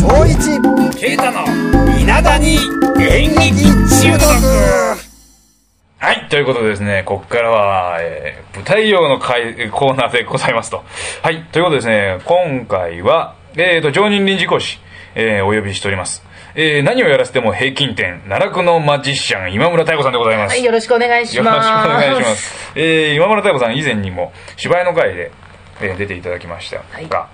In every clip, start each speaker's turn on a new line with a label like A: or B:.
A: 一
B: ケイタの稲田に演劇中毒はい、ということでですね、ここからは、えー舞台用の回コーナーでございますと。はい、ということでですね、今回は、えーと、常任臨時講師、えーお呼びしております。えー何をやらせても平均点、奈落のマジシャン、今村太子さんでございます。
C: はい、よろしくお願いし
B: よろしくお
C: ます。
B: 願いします。えー、今村太子さん以前にも芝居の会で、えー出ていただきましたが、
C: はい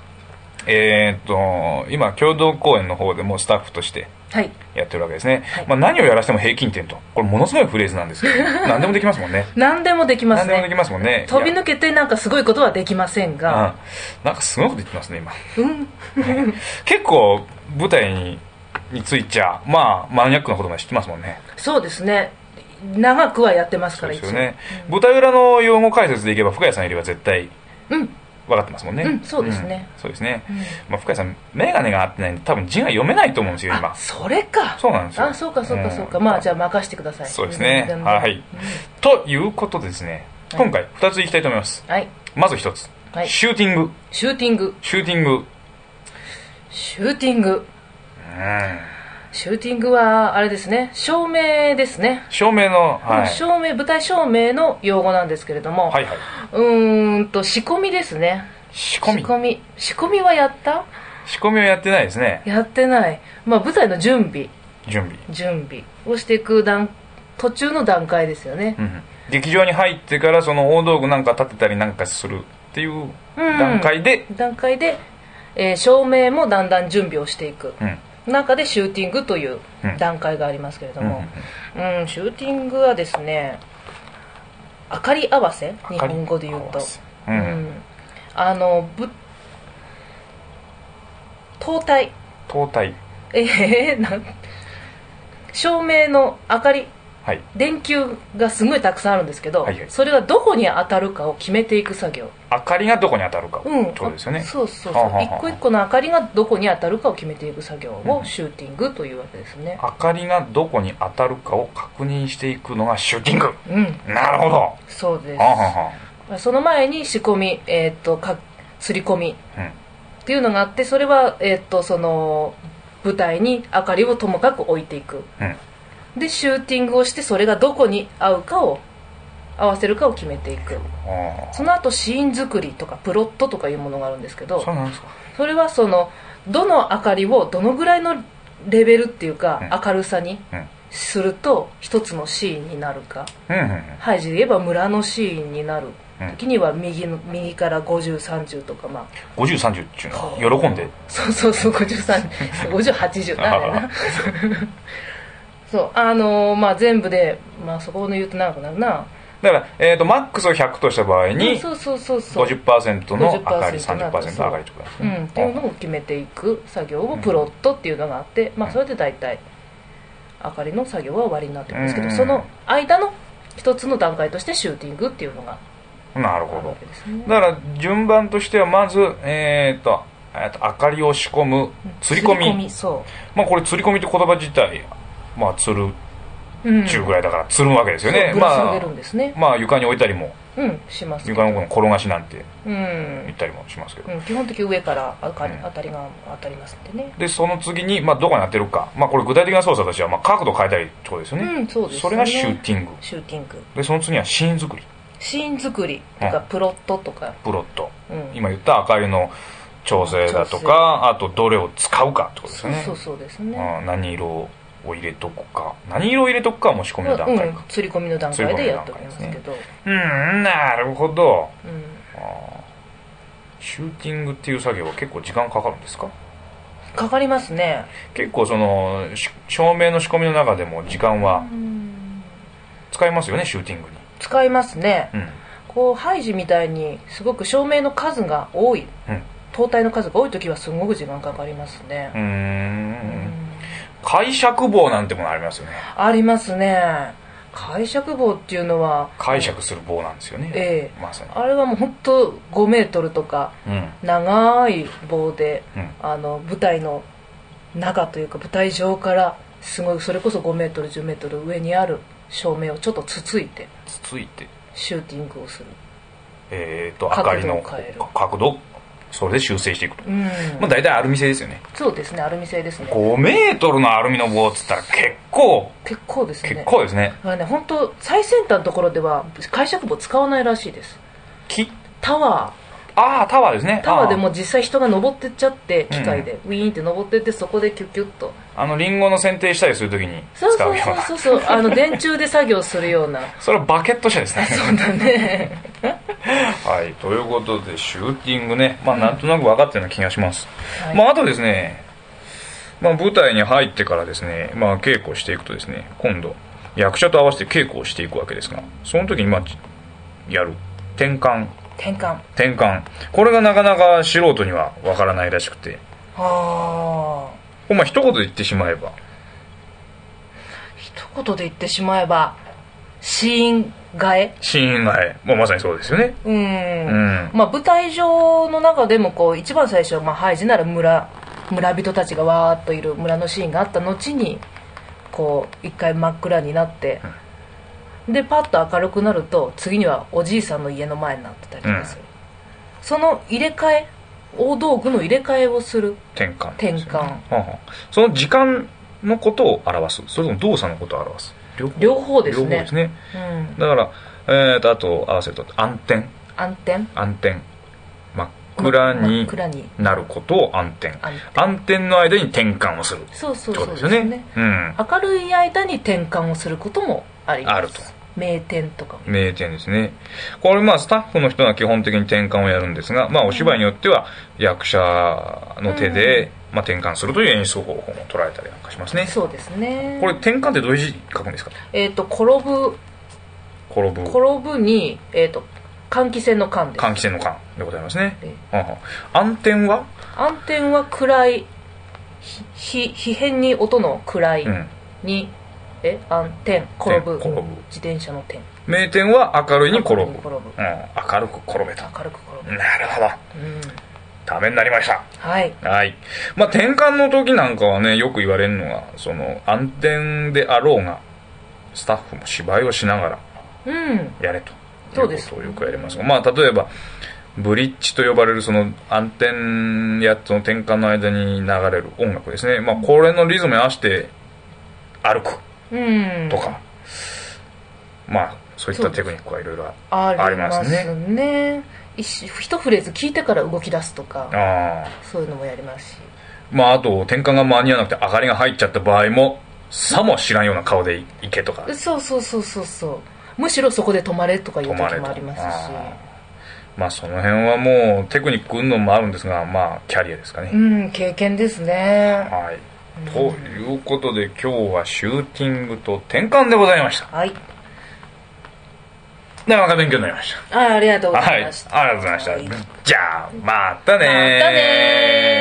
B: えーっと今共同公演の方でもうスタッフとして
C: はい。
B: やってるわけですね、まあ、何をやらせても平均点とこれものすごいフレーズなんですけ ど何でもできますもんね
C: 何でもできま
B: 何
C: す
B: でもでき
C: ね。
B: ますもんね
C: 飛び抜
B: け
C: けてなんかすごいことはできません
B: うん、
C: が、
B: なんかすごいこと言ってますね今
C: うん。
B: 結構舞台にについちゃまあマニアックなことまで知ってますもんね
C: そうですね。長くはやってます
B: そ
C: か
B: う
C: ら、
B: です
C: 一
B: よ
C: 応。
B: ね、舞台裏の用語解説でいけば深谷さんよりは絶対
C: うん。
B: 分かってますもんね、
C: うんそうですね
B: うんそうですね、
C: うん
B: まあ、深井さん眼鏡が合ってないんで多分字が読めないと思うんですよ今
C: あ、それか。
B: そうなんですよ
C: あ、そうか、そうか、そうか。
B: うん
C: まあ、じゃあ任してください。
B: そうですね
C: ん
B: はい。ということでですね今回2ついきたいと思います、
C: はい。
B: まず1つ、
C: はい
B: シューティング
C: シューティング。
B: シューティング
C: シューティング。シューティングは、あれですね。照明ですね。
B: 照明の、はい、
C: 照明、舞台照明の用語なんですけれども、
B: はいはいう
C: ーんと、仕込みですね。
B: 仕込み
C: 仕込み仕込みはやった
B: 仕込みはやってないですね
C: やってない、まあ、舞台の準備
B: 準備、
C: 準備をしていく段途中の段階ですよね
B: うん、劇場に入ってからその大道具なんか立てたりなんかするっていう段階で、
C: 段階で、えー照明もだんだん準備をしていく
B: うん
C: 中でシューティングという
B: うん
C: 段階がありますけれども、うんシューティングはですね明かり合わせ日本語で言うと、
B: うん
C: うんあのぶ灯体
B: 灯体
C: えー、なん照明の明かり
B: はい
C: 電球がすごいたくさんあるんですけど、
B: はいはい
C: それがどこに当たるかを決めていく作業
B: 明かりがどこに当たるかって
C: うん
B: ことですよね、
C: あそうそう
B: は
C: そ
B: あはあは
C: う
B: あ
C: 一個一個の明かりがどこに当たるかを決めていく作業
B: う
C: を
B: ん
C: シューティングというわけですね
B: 明かりがどこに当たるかを確認していくのがシューティング
C: うん
B: なるほどは
C: そうで
B: あは
C: すその前に仕込みえーっとか刷り込み
B: あはあ
C: っていうのがあってそれはえーっとその舞台に明かりをともかく置いていく
B: うんうん
C: でシューティングをしてそれがどこに合うかを合わせるかを決めていく
B: あ
C: その後シーン作りとかプロットとかいうものがあるんですけ
B: あ
C: ど
B: そうなんですか
C: それはそのどの明かりをどのぐらいのレベルっていうか
B: うん
C: 明るさに
B: うん
C: すると一つのシーンになるか
B: うんうん
C: ハイジで言えば村のシーンになる
B: うん
C: 時には右の右から5030とかまあ
B: 5030っていうのは喜んで
C: そうそうそう50305080 なあれなそうあのーまあ全部でまあそこの言うと長くなるな
B: だから、えー、とマックスを100とした場合に
C: そうそうそうそう
B: 50%の明かり30%
C: 50%の
B: の
C: 明かり
B: 上がりとかです
C: う
B: ね
C: ん、っていうのを決めていく作業をプロットっていうのがあって、まあ、それで大体明かりの作業は終わりになってるんですけど、
B: うん
C: その間の一つの段階としてシューティングっていうのが
B: なる
C: あ
B: ほ
C: るわ
B: ど
C: けですね
B: だから順番としてはまずえっ、とえーと明かりを仕込む吊り込み
C: そ
B: まあこれ吊り込みって言葉自体まあ吊る
C: う、うん、
B: 中ぐらいだから吊るわけですよね、
C: そうぶら下
B: ま
C: げ
B: あ
C: るんですね、
B: まあ床に置いたりも
C: うんしますけど
B: 床の転がしなんて
C: う
B: 言っ
C: ん、
B: たりもしますけど、
C: うん、基本的に上から明かり
B: うん
C: 当たりが当たりますんでね
B: でその次に、まあ、どこに当てるか、まあ、これ具体的な操作としては、まあ、角度変えたりってことですよね、
C: うんそうですね
B: れがシューティング
C: シューティング
B: でその次にはシーン作り
C: シーン作りとか
B: う
C: プロットとか、
B: プロット
C: うん、
B: 今言った明かりの調整だとかあとどれを使うかってことです
C: そ
B: よ
C: う
B: ね
C: そうそうですね、
B: うん何色を入れとくか何色を入れとくかはもう仕込みの段階
C: うん
B: か、
C: 釣り込みの段階でやっておりますけど、
B: うん、なるほど
C: うん、
B: シューティングっていう作業は結構時間かかるんですか
C: かかりますね
B: 結構そのし照明の仕込みの中でも時間は使いますよねシューティングに
C: 使いますね
B: うん
C: こうハイジみたいにすごく照明の数が多い、
B: うん
C: 灯体の数が多い時はすごく時間かかります
B: う
C: ね、
B: ー
C: うんん
B: 解釈棒なんてものありますよね
C: ありますね解釈棒っていうのは
B: 解釈する棒なんですよね
C: ええ
B: まさに
C: あれはもう本当5メートルとか
B: うん
C: 長い棒で
B: うん
C: あの舞台の中というか舞台上からすごいそれこそ5メートル10メートル上にある照明をちょっとつついて
B: つついて
C: シューティングをする
B: えー、と明
C: 角度を
B: かりの
C: 変える
B: 角度をそれで修正していくと、
C: うん、
B: まあ、大体アルミ製ですよね
C: そうですねアルミ製ですね
B: 5メートルのアルミの棒っつったら結構
C: 結構ですね
B: 結構ですね
C: だからね本当最先端のところでは解釈棒使わないらしいです
B: 木
C: タワ
B: ああタワーですね
C: ータワーで
B: あ
C: も実際人が登ってっちゃって
B: うん
C: 機械で、ウィーンって登ってってそこでキュッキュッと
B: あのリンゴの剪定したりするときに使
C: そうう
B: よう
C: そう
B: な
C: そうそうそうあの電柱で作業するような
B: それはバケット車ですね
C: そうだね
B: はい、ということでシューティングね、まあ、なんとなく分かったような気がします、
C: はい
B: まあ、あとですね、まあ、舞台に入ってからですね、まあ、稽古をしていくとですね今度役者と合わせて稽古をしていくわけですがその時にまあやる転換
C: 転換
B: 転換これがなかなか素人には分からないらしくて
C: ああ
B: まあ一言で言ってしまえば
C: 一言で言ってしまえば死因替え
B: 親愛がえ、まあ、まさにそうですよね
C: うん
B: うん
C: まあ、舞台上の中でもこう一番最初はまあハイジなら村村人たちがわーっといる村のシーンがあった後にこう一回真っ暗になって、でパッと明るくなると次にはおじいさんの家の前になってたりとかする、その入れ替え大道具の入れ替えをする
B: 転換
C: 転換
B: はあはあその時間のことを表すそれとも動作のことを表す両方
C: 両方ですね
B: 両方ですね
C: うん
B: だから、えー、とあと合わせると暗転
C: 暗転
B: 暗転真っ暗
C: 真
B: に
C: っ暗に
B: なることを暗転
C: 暗
B: 暗転の間に転換をするって
C: そうそう
B: こ
C: そう
B: とです
C: で
B: すよ
C: ね
B: ねうん
C: 明るい間に転換をすることもあります
B: あると
C: 名店とかも
B: 名店ですねこれまあスタッフの人が基本的に転換をやるんですが、まあ、お芝居によっては役者の手で、まあ、転換するという演出方法も捉えたりなんかしますね
C: そうですね
B: これ転換ってどういう字書くんですか
C: えっ、と転ぶ
B: 転ぶ
C: 転ぶに、えっと換気扇の間です
B: 換気扇の間でございますね
C: え
B: はあはあ暗転は、
C: 暗転は暗いひひ非変に音の暗い
B: うん、
C: に、え暗転転ぶ
B: 転ぶ
C: 自転車の転
B: 名店は明るいに転ぶ、うん、
C: 転ぶ
B: 明るく転べた
C: 明るく転ぶ、
B: なるほど
C: うん、
B: ためになりました
C: はい
B: はいまあ転換の時なんかはねよく言われるのがその暗転であろうがスタッフも芝居をしながら
C: うん
B: やれと
C: そうで
B: い
C: す
B: うことをよくやりますがまあ例えばブリッジと呼ばれるその暗転やその転換の間に流れる音楽ですね、まあ、これのリズムに合わせて歩く
C: うん
B: とか、まあそういったテクニックはいろいろあ
C: あり
B: あ
C: ま
B: りますね
C: すね一一フレーズ聞いてから動き出すとか
B: ああ
C: そういうのもやりますし
B: まああと転換が間に合わなくて明かりが入っちゃった場合もさも知らんような顔で行けとか
C: そうそうそうそうそうむしろそこで止まれとかいう
B: 止まれ
C: 時
B: と
C: もありますし
B: あーまあその辺はもうテクニック云々もあるんですがまあキャリアですかね、
C: うん経験ですね
B: はいということで今日はシューティングと転換でございました
C: はい
B: なかなか勉強になりまし
C: あありがとう
B: た
C: ご
B: は
C: ざ
B: いあ
C: い
B: り
C: ま
B: が
C: した、
B: とうございました、
C: はい
B: じゃあまたねー
C: またねー